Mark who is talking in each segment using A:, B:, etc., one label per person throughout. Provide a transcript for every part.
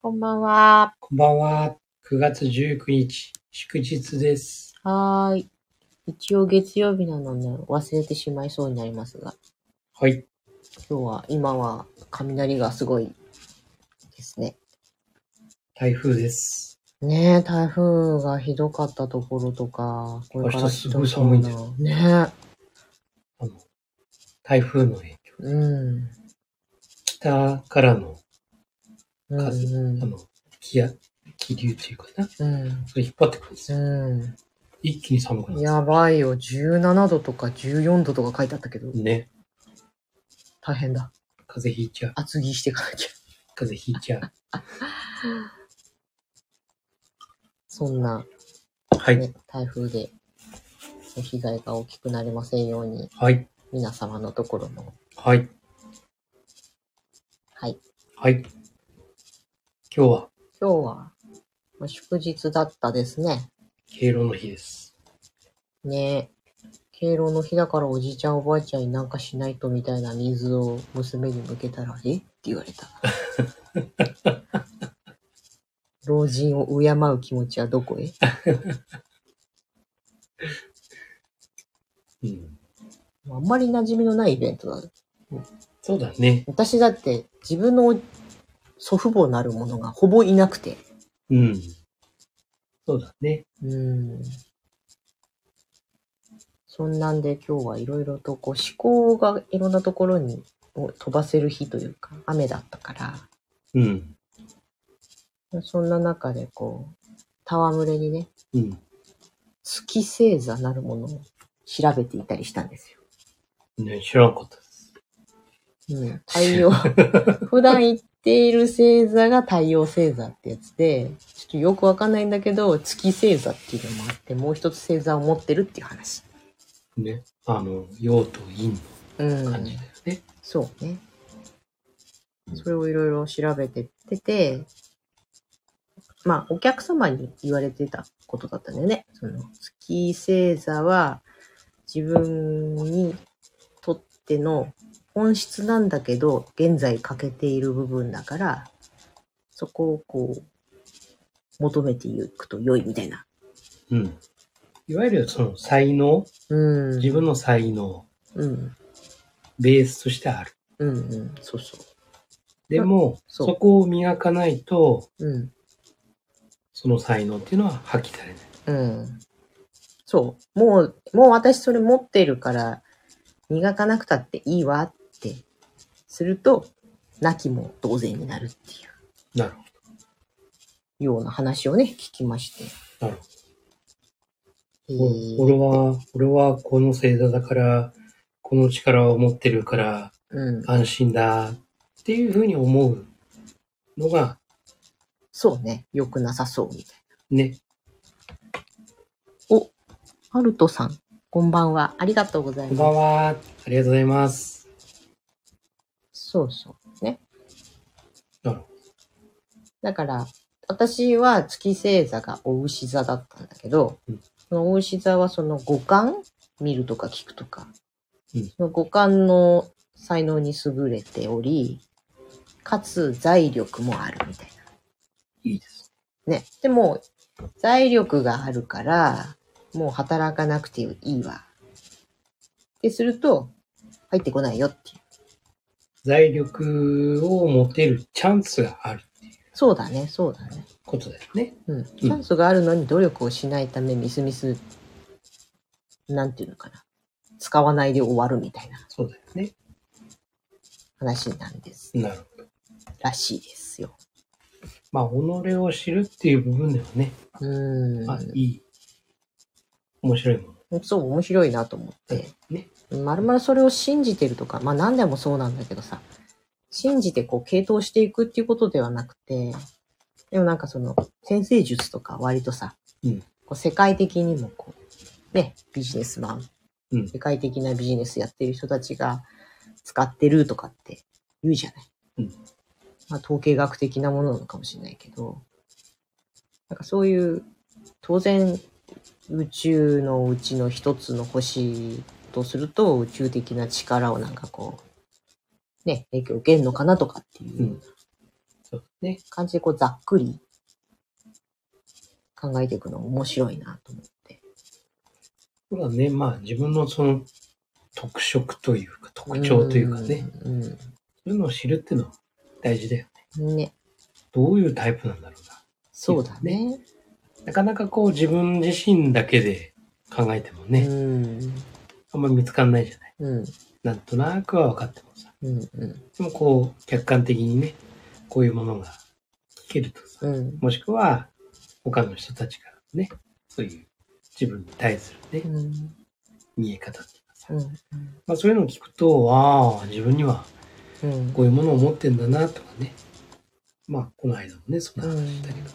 A: こんばんは。
B: こんばんは。9月19日、祝日です。
A: はーい。一応月曜日なので忘れてしまいそうになりますが、
B: はい。
A: 今日は、今は雷がすごいですね。
B: 台風です。
A: ねえ、台風がひどかったところとか、これからひどそう
B: 明日すごい寒いん
A: な
B: だよ
A: ね
B: あの、台風の影響。
A: え。うん。
B: 北からの、
A: うん
B: 風あ
A: う
B: の、気や、気流というかな。
A: ん。うん
B: それ引っ張ってくるんですよ。
A: う
B: 一気に寒く
A: ん。
B: なる。
A: やばいよ。17度とか14度とか書いてあったけど、
B: ね。
A: 大変だ。
B: 風邪ひいちゃう。
A: 厚着していかなきゃ。
B: 風邪ひいちゃう。
A: そんな、
B: は
A: ね
B: い。
A: 台風で、被害が大きくなりませんように、
B: はい。
A: 皆様のところも。
B: はい。
A: はい。
B: はい。今日は、
A: 今日は、まあ祝日だったですね。
B: 敬老の日です。
A: ねえ。敬老の日だからおじいちゃんおばあちゃんになんかしないとみたいなニーズを娘に向けたら、えって言われた。 老人を敬う気持ちはどこへ
B: うん。
A: あんまり馴染みのないイベントだ。
B: そうだね。
A: 私だって自分の祖父母なるものがほぼいなくて。
B: うん。そうだね。
A: うん。そんなんで今日はいろいろとこう思考がいろんなところにを飛ばせる日というか雨だったか
B: うん。
A: ら、そんな中でこう、戯れにね、
B: うん。
A: 月星座なるものを調べていたりしたんですよ。
B: ね、知らんかったです。
A: うん、太陽、普段言っている星座が太陽星座ってやつで、ちょっとよくわかんないんだけど、月星座っていうのもあって、もう一つ星座を持ってるっていう話。
B: ね。あの、陽と陰
A: う
B: の
A: ん。
B: 感じだよね。
A: そうね。それをいろいろ調べてってて、まあ、お客様に言われてたことだったんだよね。その月星座は自分にとっての本質なんだけど、現在欠けている部分だから、そこをこう、求めていくと良いみたいな。
B: うん。いわゆるその才能、
A: うん。
B: 自分の才能、
A: うん。
B: ベースとしてある。
A: うんうん。そうそ
B: でも、
A: そ
B: そうこを磨かないと、
A: う。うん。
B: その才能っていうのは発揮されない。
A: うん。そう。もう、もう私それ持ってるから、磨かなくたっていいわって、すると、なきも同然になるってい
B: なるほ
A: うような話をね、聞きまして。
B: ど。なるほ
A: え
B: ど。
A: ー
B: 俺は、俺はこの星座だから、この力を持ってるから
A: うん。
B: 安心だっていうふうに思うのが、
A: そうね。良くなさそうみたい
B: ね、
A: な。お、ハルトさん、こんばんは。ありがとうござい
B: こんば
A: ま
B: ん
A: す。
B: は。ありがとうございます。
A: そうそう。ね。
B: なるほ
A: だから、私は月星座がお牛座だったんだけど、
B: うん
A: そのお牛座はその五感見るとか聞くとか、
B: うん
A: その五感の才能に優れており、かつ財力もあるみたい
B: ど。いいです。
A: な。ね。でも、財力があるから、もう働かなくていいわ。ってすると、入ってこないよっていう。
B: 財力を持てるチャンスがあるっていう
A: そうだね、そうだね。
B: ことだよね。
A: うん、チャンスがあるのに努力をしないため、みすみす、なんていうのかな。使わないで終わるみたいな
B: そうだよね。
A: 話なんです。
B: なるほど。
A: らしいですよ。
B: まあ、己を知るっていう部分ではね、
A: うーん。
B: まあ、いい、面白いもの。
A: そう、面白いなと思って。
B: ね。
A: まるまるそれを信じてるとか、まあ何でもそうなんだけどさ、信じてこう、系統していくっていうことではなくて、でもなんかその、先生術とか割とさ、
B: うん
A: こう世界的にもこう、ね、ビジネスマン
B: うん
A: 世。界的なビジネスやってる人たちが使ってるとかって言うじゃない。
B: うん。
A: まあ、統計学的なものなのかもしれないけど、なんかそういう、当然、宇宙のうちの一つの星とすると、宇宙的な力をなんかこう、ね、影響を受けるのかなとかっていううん
B: そうですね。
A: 感じでこうざっくり考えていくの面白いなと思って。
B: そうだね。まあ自分のその特色というか特徴というかね。
A: うん。
B: そういうのを知るっていうのは大事だよね。
A: うん。ね。
B: どういうタイプなんだろうな。
A: そうだね。
B: なかなかこう自分自身だけで考えても
A: う
B: ね、
A: ん。
B: あんま見つかんないじゃない。
A: うん。
B: なんとなくは分かってもさ。
A: うん。うん。
B: でもこう客観的にね、こういうものが聞けるとさ。
A: うん。
B: もしくは他の人たちからのね、そういう自分に対する
A: う
B: ね、
A: ん。
B: 見え方っていうかさ。
A: うん。
B: まあそういうのを聞くと、ああ、自分には
A: うん。
B: こういうものを持ってんだなとかね。まあ、この間もね、そんな話したけど。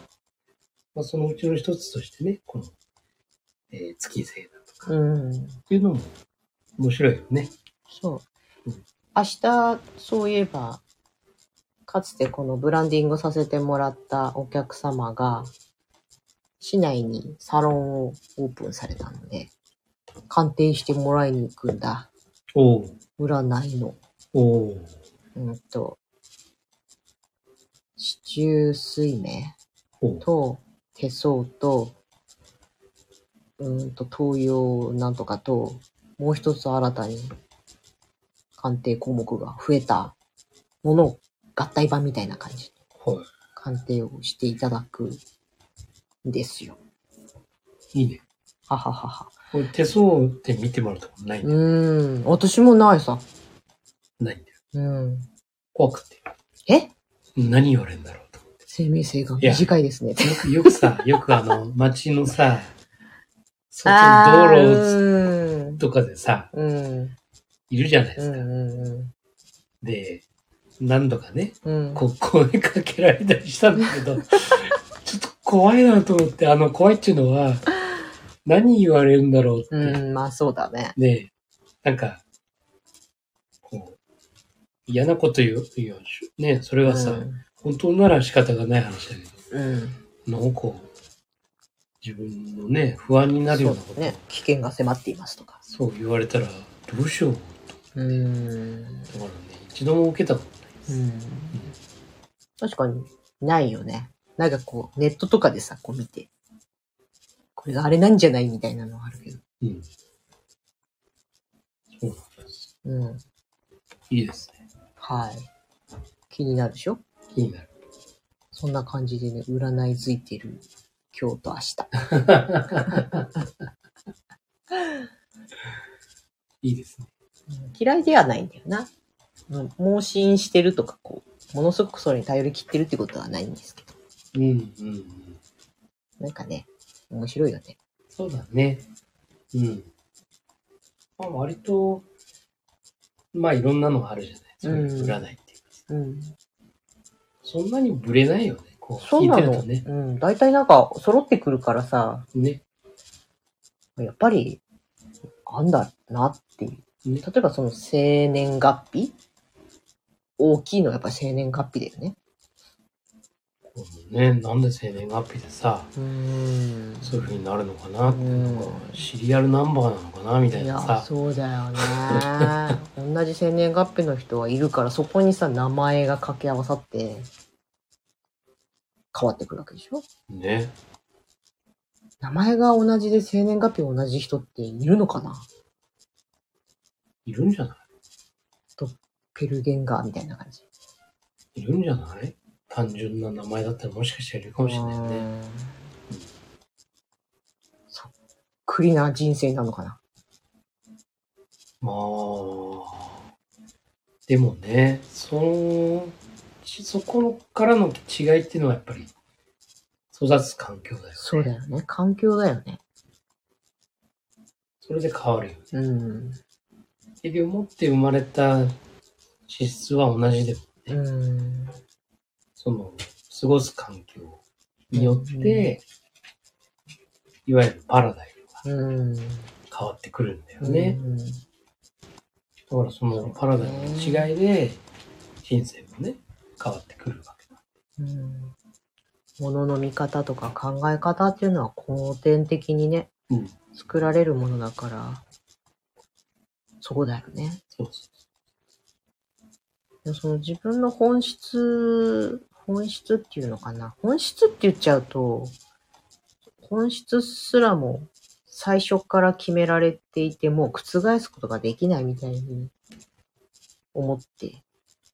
B: まあ、そのうちの一つとしてね、この、えー月星だとか、っ
A: うん。
B: ていうのも面白いよね。
A: そう
B: うん。
A: 明日、そういえば、かつてこのブランディングさせてもらったお客様が、市内にサロンをオープンされたので、鑑定してもらいに行くんだ。
B: おう
A: 占いの。
B: おう
A: うんと、四柱水明
B: おう
A: と手相と、うんと東洋なんとかと、もう一つ新たに鑑定項目が増えたものを合体版みたいな感じで
B: は
A: 鑑定をしていただくんですよ。
B: い。いいね。
A: はははは。
B: これ手相って見てもらったことないん
A: う
B: だよ。
A: ーん、私もないさ。
B: ないんだよ。
A: うん。
B: 怖くて。
A: え
B: 何言われるんだろうと思っ
A: 生命性が短いですね。
B: て。よく、よくさ、 よくあの、街のさ、そっちの道路
A: 路
B: とかでさ、
A: うん。
B: いるじゃないで
A: う
B: す
A: ん
B: か。
A: うんうん。
B: で、何度かね、
A: うん
B: こう声かけられたりしたんだけ ど、ちょっと怖いなと思って、あの、怖いっていうのは、何言われるんだろうって、
A: うん、まあそうだね。
B: ねなんか、こう、嫌なこと言う、言うしねそれはさ、
A: うん
B: 本当なら仕方がない話だけ
A: うん。
B: ど、なんかこう、自分のね、不安になるようなこ
A: そう
B: と、
A: だね。危険が迫っていますとか。
B: そう言われたら、どうしよ
A: う
B: う。
A: ん。
B: だからね、一度も受けたことないです。
A: 確かに、ないよね。なんかこう、ネットとかでさ、こう見て、これがあれなんじゃないみたいなのはあるけど。
B: うん。そうなんです。
A: うん。
B: いいですね。
A: はい。気になるでしょ
B: 気になる。
A: そんな感じでね、占いづいてる今日と明日。
B: いいですね。
A: 嫌いではないんだよな。うん盲信してるとか、こう、ものすごくそれに頼り切ってるってことはないんですけど。
B: うんうんうん。
A: なんかね、面白いよね。
B: そうだね。うん。まあ、割と、まあいろんなのがあるじゃない。そういう占いっていうか、
A: うん。
B: そんなにブレないよね。こう
A: そ
B: 聞
A: う
B: い
A: な
B: てる
A: の。
B: とね。
A: うん。大体なんか揃ってくるからさ、
B: ね。
A: やっぱり、なんだなっていう。
B: ね
A: 例えばその生年月日大きいのはやっぱり生年月日だよね。
B: こうねなんで生年月日でさ、
A: うん
B: そういう風になるのかなっていうのが、シリアルナンバーなのかなみたい
A: い
B: な
A: や
B: さ、。
A: そうだよね。 同じ生年月日の人はいるから、そこにさ、名前が掛け合わさって、変わってくるわけでしょ
B: ね。
A: 名前が同じで生年月日同じ人っているのかない
B: るんじゃな
A: ペルゲンガーみたいな感じ。
B: いいるんじゃない単純な名前だったらもしかしたらいるかもしれないよね。
A: うんそっくりな人生なのかな。
B: まあ、でもね、その、しそこからの違いっていうのはやっぱり、育つ環境だよ。
A: そうだよね。環境だよね。
B: それで変わるよね。
A: うん。
B: 結局持って生まれた資質は同じでも、
A: うん。
B: その、過ごす環境によって、いわゆるパラダイムが
A: うん。
B: 変わってくるんだよね。
A: うん。
B: だからそのパラダイムの違いで、人生もね、変わってくるわけだ。
A: うん。物の見方とか考え方っていうのは後天的にね、
B: うん。
A: 作られるものだから、そこだよね。
B: そうそ
A: でその自分の本質、本質っていうのかな。本質って言っちゃうと、本質すらも最初から決められていて、もう覆すことができないみたいに思って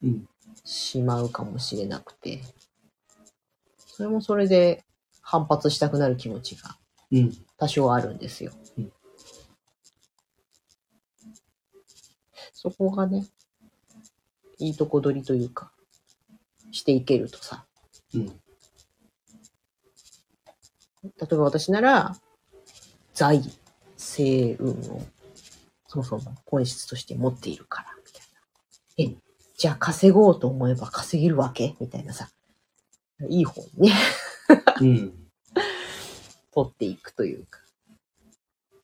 B: うん。
A: しまうかもしれなくて、それもそれで反発したくなる気持ちが
B: うん。
A: 多少あるんですよ。
B: うん
A: そこがね、いいとこ取りというか、していけるとさ、
B: うん。
A: 例えば私なら、財、星運を、そもそも本質として持っているから、みたいな。え、じゃあ稼ごうと思えば稼げるわけみたいなさ、いい方にね
B: うん。
A: 取っていくというか。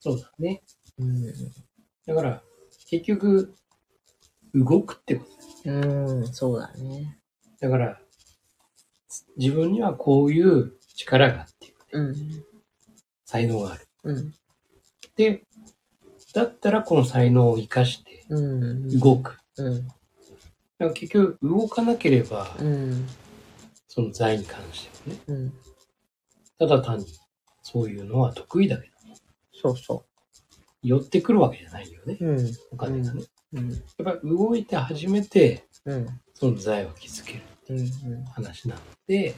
B: そうだね。
A: うん。
B: だから、結局、動くってこと。
A: うん、そうだね。
B: だから、自分にはこういう力があって、
A: うん。
B: 才能がある。
A: うん。
B: で、だったらこの才能を生かして
A: うん。
B: 動く。
A: うん。
B: だから結局、動かなければ
A: う、ん。
B: その財に関してもね、
A: うん。
B: ただ単に、そういうのは得意だけど、
A: そうそ
B: 寄ってくるわけじゃないよね、
A: う。うん。
B: お金がね。
A: うん。
B: やっぱり動いて初めて、
A: うん。
B: その財を築ける
A: うん。
B: 話なので、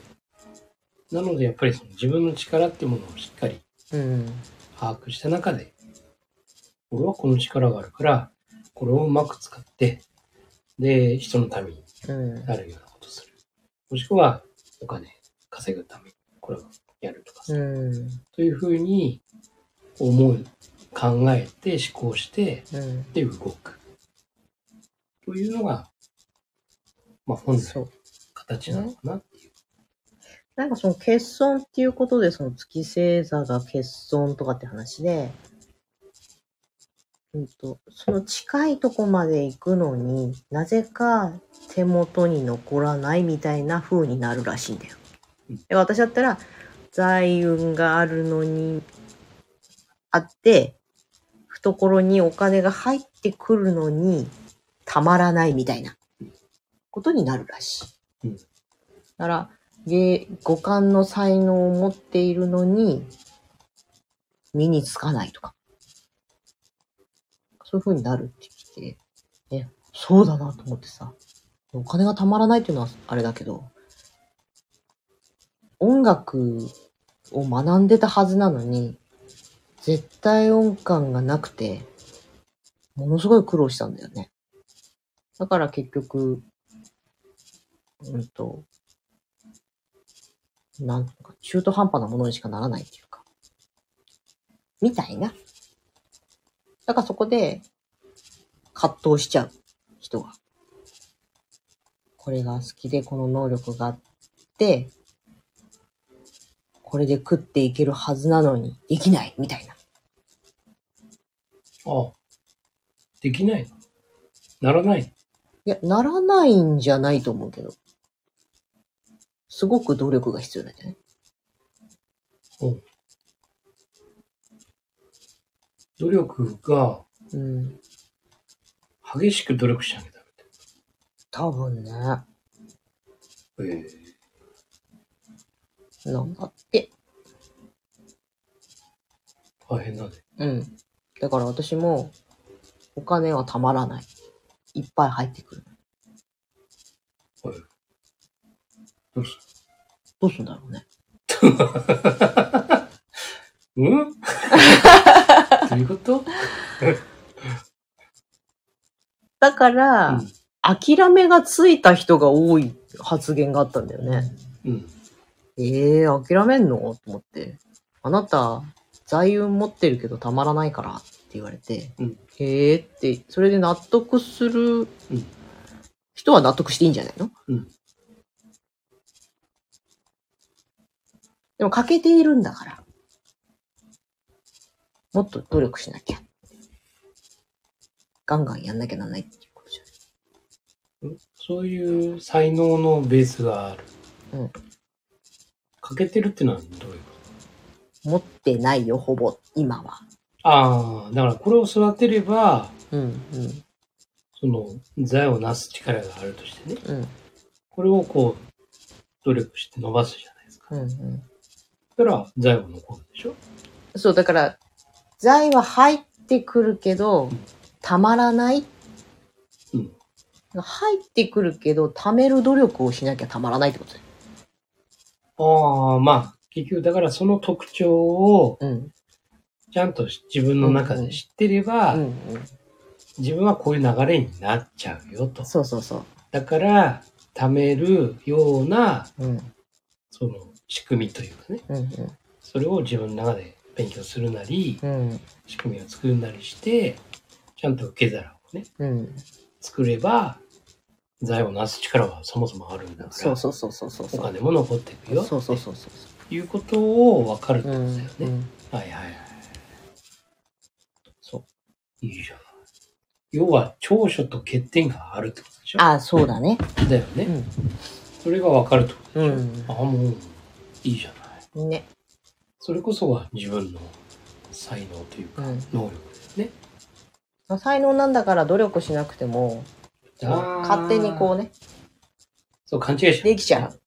B: なのでやっぱりその自分の力ってものをしっかり
A: うん。
B: 把握した中で、俺はこの力があるから、これをうまく使って、で、人のために
A: うん。
B: なるようなことをする。もしくは、お金稼ぐために、これをやるとかさ、
A: うん。
B: というふうに思う、考えて、思考して、
A: うん。
B: で、動く。というのが、まあ、本来
A: そ
B: の
A: う。
B: 形なのかなっていう。
A: なんかその欠損っていうことで、その月星座が欠損とかって話で、うんと、その近いとこまで行くのになぜか手元に残らないみたいな風になるらしいんだよ
B: うん。
A: で私だったら財運があるのにあって懐にお金が入ってくるのにたまらないみたいなことになるらしい。
B: うん
A: だから芸五感の才能を持っているのに身につかないとかそういう風になるって聞いて、ね、そうだなと思ってさ、お金がたまらないっていうのはあれだけど、音楽を学んでたはずなのに、絶対音感がなくて、ものすごい苦労したんだよね。だから結局、うんと、なんていうのか、中途半端なものにしかならないっていうか、みたいな。だからそこで、葛藤しちゃう人が。これが好きで、この能力があって、これで食っていけるはずなのに、できない、みたいな。
B: ああ、できないのならない
A: いや、ならないんじゃないと思うけど。すごく努力が必要なんじゃない
B: のうん努力が、
A: うん。
B: 激しく努力しなきゃダ
A: 多分ね。な
B: メだ。ええ
A: んだって。
B: 大変だね。
A: うん。だから私も、お金はたまらない。いっぱい入ってくる。
B: はい。どうし
A: どうすんだろうね。
B: た うん どういうこと
A: だから、諦めがついた人が多い発言があったんだよね。
B: うん。うん。
A: ええー、諦めんのと思って。あなた、財運持ってるけどたまらないからって言われて、
B: うん
A: へえーって、それで納得する
B: うん
A: 人は納得していいんじゃないの
B: うん
A: でも欠けているんだから。もっと努力しなきゃ。ガンガンやんなきゃなんないっていうことじゃない
B: そういう才能のベースがある。
A: うん
B: 欠けてるってのはどういうこ
A: 持ってないよ、ほぼ、今は。
B: とああ、だからこれを育てれば、
A: うん、うん、
B: その、財をなす力があるとしてね。
A: うん、
B: これをこう、努力して伸ばすじゃないですか。
A: うんうん。
B: そしたら、財は残るでしょ
A: そう、だから、財は入ってくるけど、たまらない。
B: うん。
A: 入ってくるけど、貯める努力をしなきゃたまらないってことだよ。
B: ああ、まあ、結局、だからその特徴を
A: うん。
B: ちゃんと自分の中で知ってれば、
A: うん
B: 自分はこういう流れになっちゃうよ
A: う
B: と
A: ん。。そうそうそ
B: だから、貯めるような、
A: う。うん。
B: その、仕組みというかね、
A: うん
B: それを自分の中で勉強するなり、
A: うん。うん。
B: 仕組みを作るなりして、ちゃんと受け皿をね、
A: うん。
B: 作れば、財をなす力はそもそもあるんだから、
A: そうそうそうそうそう。
B: お金も残っていくよ、
A: そうそうそうそう。
B: ということを分かるって
A: う
B: ことだよ
A: ん
B: ね。。
A: うん
B: はいはいはい。そう。いいじゃない。要は、長所と欠点があるってことでしょ
A: あ、そうだね。
B: だよね。それが分かるってこと
A: う
B: でしょ、
A: ん。
B: ああ、もう、いいじゃない。
A: うん。ね。
B: それこそが自分の才能というか、
A: うん
B: 能力ですね。
A: 才能なんだから努力しなくても、勝手にこ
B: う。
A: うね、
B: そう、勘違いし
A: できちゃ
B: う。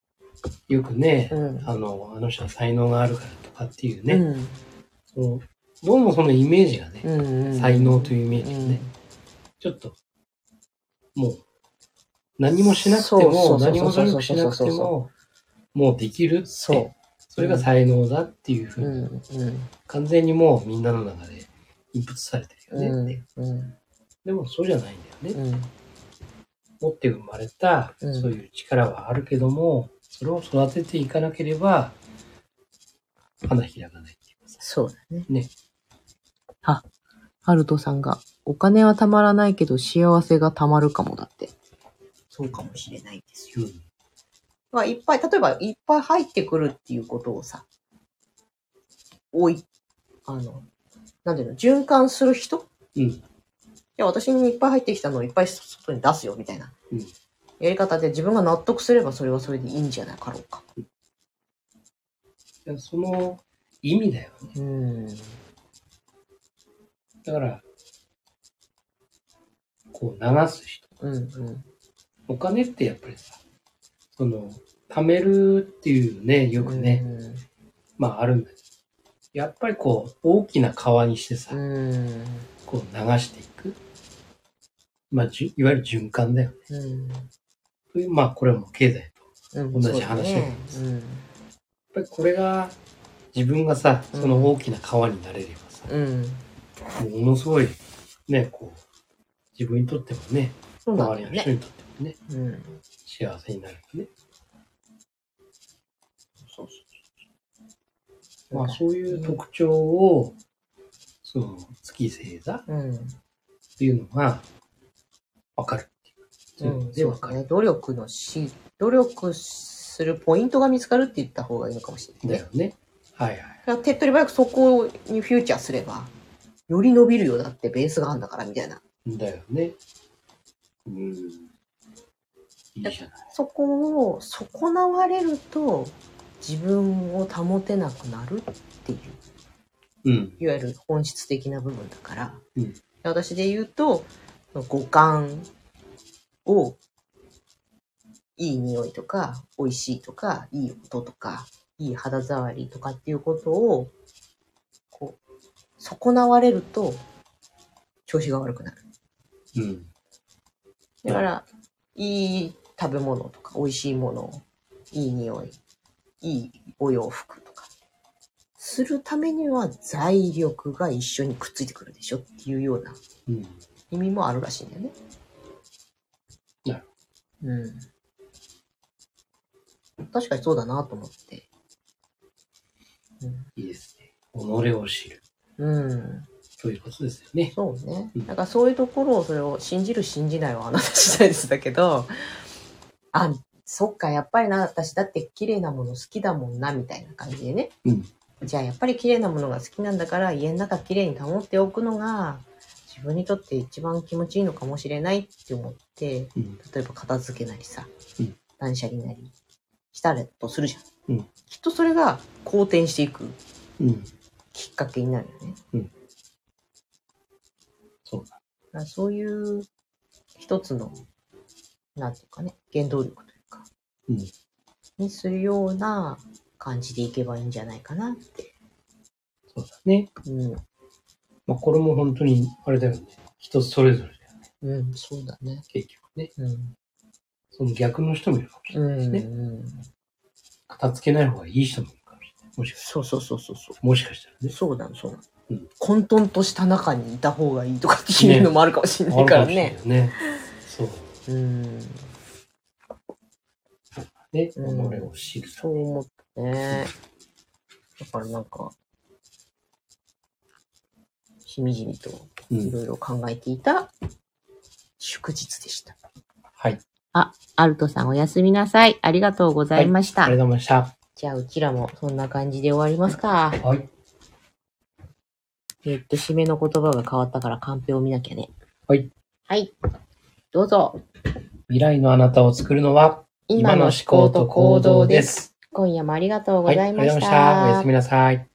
B: よくね、
A: う。うん。
B: あの、あの人は才能があるからとかっていうね、
A: うん。
B: そのどうもそのイメージがね、
A: うんうん。
B: 才能というイメージがね、
A: ね。
B: ちょっと、もう、何もしなくて
A: そ
B: も、
A: うそうそうそう
B: 何も努力しなくて
A: そうそうそ
B: も、もうできるって、
A: そ
B: それが才能だっていうふ
A: う。
B: う
A: う
B: に、
A: ん。うん。
B: 完全にもうみんなの中でインプットされてるよねって、
A: うん。
B: でもそうじゃないんだよね。
A: うん。
B: 持って生まれた、
A: うん
B: そういう力はあるけども、それを育てていかなければ、花開かないって言いますか。
A: そうだね。
B: ね。
A: あ、ハルトさんが、お金はたまらないけど幸せがたまるかもだって。そうかもしれないですよ。
B: うん
A: まあ、いっぱい、例えば、いっぱい入ってくるっていうことをさ、おい、あの、なんていうの、循環する人い
B: うん。
A: や、私にいっぱい入ってきたのをいっぱい外に出すよ、みたいな。
B: うん
A: やり方で自分が納得すればそれはそれでいいんじゃなかろうか。
B: でその意味だよね。
A: うん。
B: だから、こう流す人。
A: うんうん。
B: お金ってやっぱりさ、その、貯めるっていうね、よくね、まああるんだけど、やっぱりこう、大きな川にしてさ、
A: うん。うん。
B: こう流していく。まあ、じゅいわゆる循環だよね。
A: うん。
B: というまあこれも経済と。やっ
A: うん
B: 同じ話だけど
A: そうねうん
B: ぱりこれが、自分がさ、その大きな川になれればさ、
A: うん。
B: ものすごい、ね、こう、自分にとってもね、
A: そうなん
B: 周
A: だよ
B: りの人
A: ね。
B: にとってもね、
A: うん。
B: 幸せになるよね。
A: そうそう。
B: まあそういう特徴を、その月星座っ
A: うん。
B: ていうのが分かるって
A: う
B: いう。
A: ん。
B: で
A: そう
B: 分
A: だ
B: かる。
A: ね。努力のし、努力するポイントが見つかるって言った方がいいのかもしれな
B: だ
A: いね。
B: よね。はいはい。
A: だから手っ取り早くそこにフューチャーすれば、より伸びるよだってベースがあるんだからみたいな。
B: だよね。うん。いいじゃない。
A: そこを損なわれると、自分を保てなくなるっていう。
B: うん。
A: いわゆる本質的な部分だから、
B: うん
A: 私で言うと五感をいい匂いとか美味しいとかいい音とかいい肌触りとかっていうことをこう損なわれると調子が悪くなる
B: うん。
A: だからいい食べ物とか美味しいものいい匂いいいお洋服とかするためには財力が一緒にくっついてくるでしょっていうような
B: うん。
A: 意味もあるらしいんだよね。
B: なる
A: うん。確かにそうだなと思って。
B: いいですね。己を知る。
A: うん。
B: ということですよね。
A: そうね
B: う。ん
A: だからそういうところをそれを信じる信じないはあなた次第ですだけど、あ、そっか、やっぱりな、私だって綺麗なもの好きだもんな、みたいな感じでね。
B: うん。
A: じゃあやっぱり綺麗なものが好きなんだから家の中綺麗に保っておくのが自分にとって一番気持ちいいのかもしれないって思って、
B: うん。
A: 例えば片付けなりさ、
B: うん
A: 断捨離なりしたらとするじゃん、
B: うん
A: きっとそれが好転していく
B: うん。
A: きっかけになるよね
B: そうだ。
A: だからそういう一つのなんていうかね原動力というか
B: うん。
A: にするような感じでいけばいいんじゃないかなって。
B: そうだね。
A: うん。
B: まあ、これも本当に、あれだよね。人それぞれだよね。
A: うん、そうだね。
B: 結局ね。
A: うん。
B: その逆の人もいるかもしれ
A: う
B: ないです
A: ん、
B: ね。
A: うん。
B: 片付けない方がいい人もいるかもしれない。もしかし
A: そうそうそうそうそ
B: もしかしたら
A: う。
B: ね。
A: そうだ、そうだ。
B: うん
A: 混沌とした中にいた方がいいとかっていうのもあるかもしれないからね。
B: あるかもしれないよね。そう。
A: うん。
B: ね。己
A: うん
B: を知る。
A: そう思ってね。だからなんか、しみじみと
B: う
A: い
B: ん。
A: ろいろ考えていた祝日でした。
B: はい。
A: アルトさんおやすみなさい。ありがとうございました。
B: ありがとうございました。
A: じゃあうちらもそんな感じで終わりますか。
B: はい。
A: えっと、締めの言葉が変わったからカンペを見なきゃね。
B: はい。
A: はい。どうぞ。
B: 未来のあなたを作るのは、今の思考と行動で。す。
A: 今夜もありがとう
B: は
A: ご
B: い。
A: ざ
B: あ
A: い
B: り
A: ま
B: がとうございま
A: し。
B: したた。おやすみなさい。